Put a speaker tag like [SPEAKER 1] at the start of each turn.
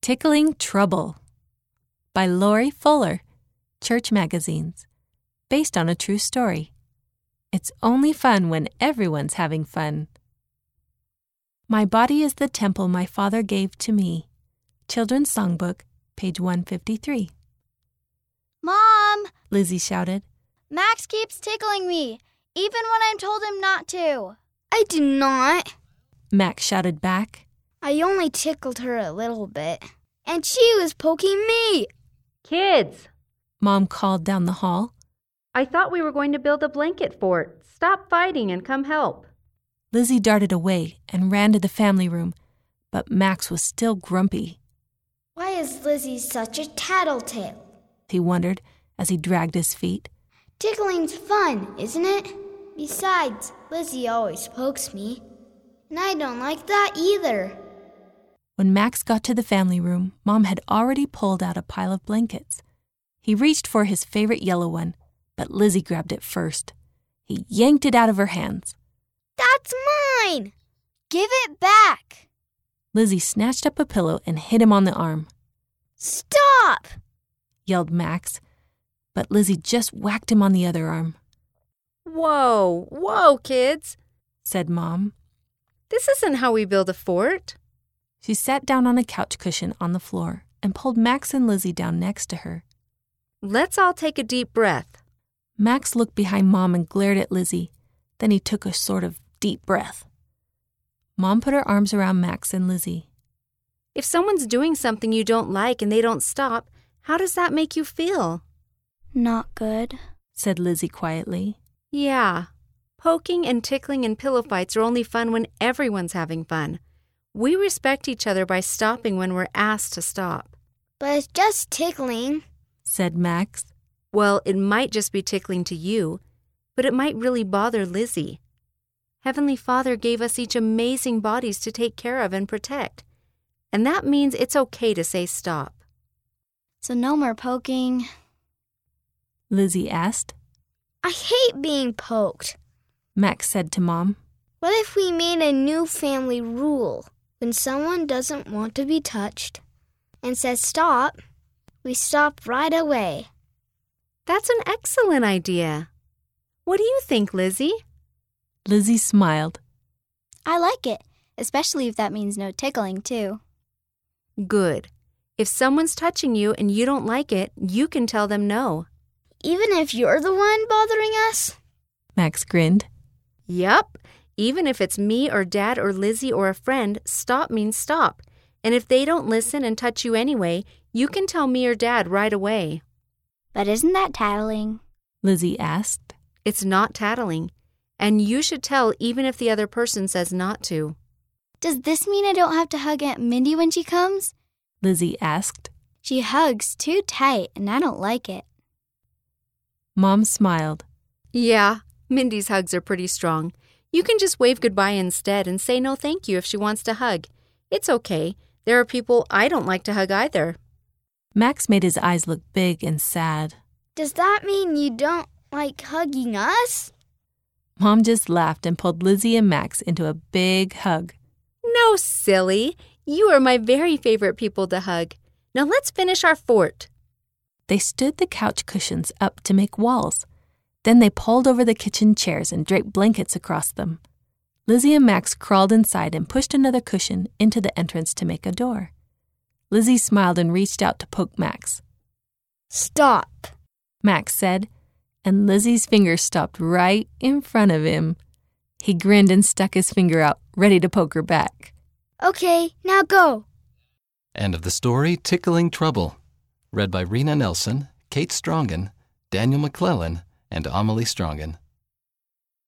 [SPEAKER 1] Tickling Trouble by Lori Fuller, Church Magazines, based on a true story. It's only fun when everyone's having fun. My body is the temple my father gave to me. Children's Songbook, page 153.
[SPEAKER 2] Mom,
[SPEAKER 1] Lizzie shouted.
[SPEAKER 2] Max keeps tickling me, even when I'm told him not to. I do not.
[SPEAKER 1] Max shouted back.
[SPEAKER 2] I only tickled her a little bit. And she was poking me.
[SPEAKER 3] Kids,
[SPEAKER 1] Mom called down the hall.
[SPEAKER 3] I thought we were going to build a blanket fort. Stop fighting and come help.
[SPEAKER 1] Lizzie darted away and ran to the family room, but Max was still grumpy,
[SPEAKER 2] Why is Lizzie such a tattletale?
[SPEAKER 1] he wondered as he dragged his feet.
[SPEAKER 2] Tickling's fun, isn't it? Besides, Lizzie always pokes me. And I don't like that either.
[SPEAKER 1] When Max got to the family room, Mom had already pulled out a pile of blankets. He reached for his favorite yellow one, but Lizzie grabbed it first. He yanked it out of her hands.
[SPEAKER 2] That's mine! Give it back!
[SPEAKER 1] Lizzie snatched up a pillow and hit him on the arm,
[SPEAKER 2] Stop!
[SPEAKER 1] yelled Max, but Lizzie just whacked him on the other arm,
[SPEAKER 3] Whoa, whoa, kids.
[SPEAKER 1] said Mom.
[SPEAKER 3] This isn't how we build a fort.
[SPEAKER 1] She sat down on a couch cushion on the floor and pulled Max and Lizzie down next to her.
[SPEAKER 3] Let's all take a deep breath.
[SPEAKER 1] Max looked behind Mom and glared at Lizzie. Then he took a sort of deep breath. Mom put her arms around Max and Lizzie.
[SPEAKER 3] If someone's doing something you don't like and they don't stop, how does that make you feel?
[SPEAKER 2] Not good.
[SPEAKER 1] Said Lizzie quietly.
[SPEAKER 3] Yeah. Poking and tickling and pillow fights are only fun when everyone's having fun. We respect each other by stopping when we're asked to stop.
[SPEAKER 2] But it's just tickling.
[SPEAKER 1] Said Max.
[SPEAKER 3] Well, it might just be tickling to you, but it might really bother Lizzie. Heavenly Father gave us each amazing bodies to take care of and protect, and that means it's okay to say stop.
[SPEAKER 2] So no more poking.
[SPEAKER 1] Lizzie asked.
[SPEAKER 2] I hate being poked.
[SPEAKER 1] Max said to Mom.
[SPEAKER 2] What if we made a new family rule? When someone doesn't want to be touched and says stop, we stop right away.
[SPEAKER 3] That's an excellent idea. What do you think, Lizzie?
[SPEAKER 1] Lizzie smiled.
[SPEAKER 2] I like it, especially if that means no tickling, too.
[SPEAKER 3] Good. If someone's touching you and you don't like it, you can tell them no.
[SPEAKER 2] Even if you're the one bothering us?
[SPEAKER 1] Max grinned.
[SPEAKER 3] Yep. Even if it's me or dad or Lizzie or a friend, stop means stop. And if they don't listen and touch you anyway, you can tell me or dad right away.
[SPEAKER 2] But isn't that tattling?
[SPEAKER 1] Lizzie asked.
[SPEAKER 3] It's not tattling. And you should tell even if the other person says not to.
[SPEAKER 2] Does this mean I don't have to hug Aunt Mindy when she comes?
[SPEAKER 1] Lizzie asked.
[SPEAKER 2] She hugs too tight, and I don't like it.
[SPEAKER 1] Mom smiled.
[SPEAKER 3] Yeah, Mindy's hugs are pretty strong. You can just wave goodbye instead and say no thank you if she wants to hug. It's okay. There are people I don't like to hug either.
[SPEAKER 1] Max made his eyes look big and sad.
[SPEAKER 2] Does that mean you don't like hugging us?
[SPEAKER 1] Mom just laughed and pulled Lizzie and Max into a big hug.
[SPEAKER 3] No, silly. You are my very favorite people to hug. Now let's finish our fort.
[SPEAKER 1] They stood the couch cushions up to make walls. Then they pulled over the kitchen chairs and draped blankets across them. Lizzie and Max crawled inside and pushed another cushion into the entrance to make a door. Lizzie smiled and reached out to poke Max.
[SPEAKER 2] Stop.
[SPEAKER 1] Max said, and Lizzie's finger stopped right in front of him. He grinned and stuck his finger out, ready to poke her back.
[SPEAKER 2] Okay, now go.
[SPEAKER 4] End of the story Tickling Trouble. Read by Rena Nelson, Kate Strongen, Daniel McClellan, and Amelie Strongen.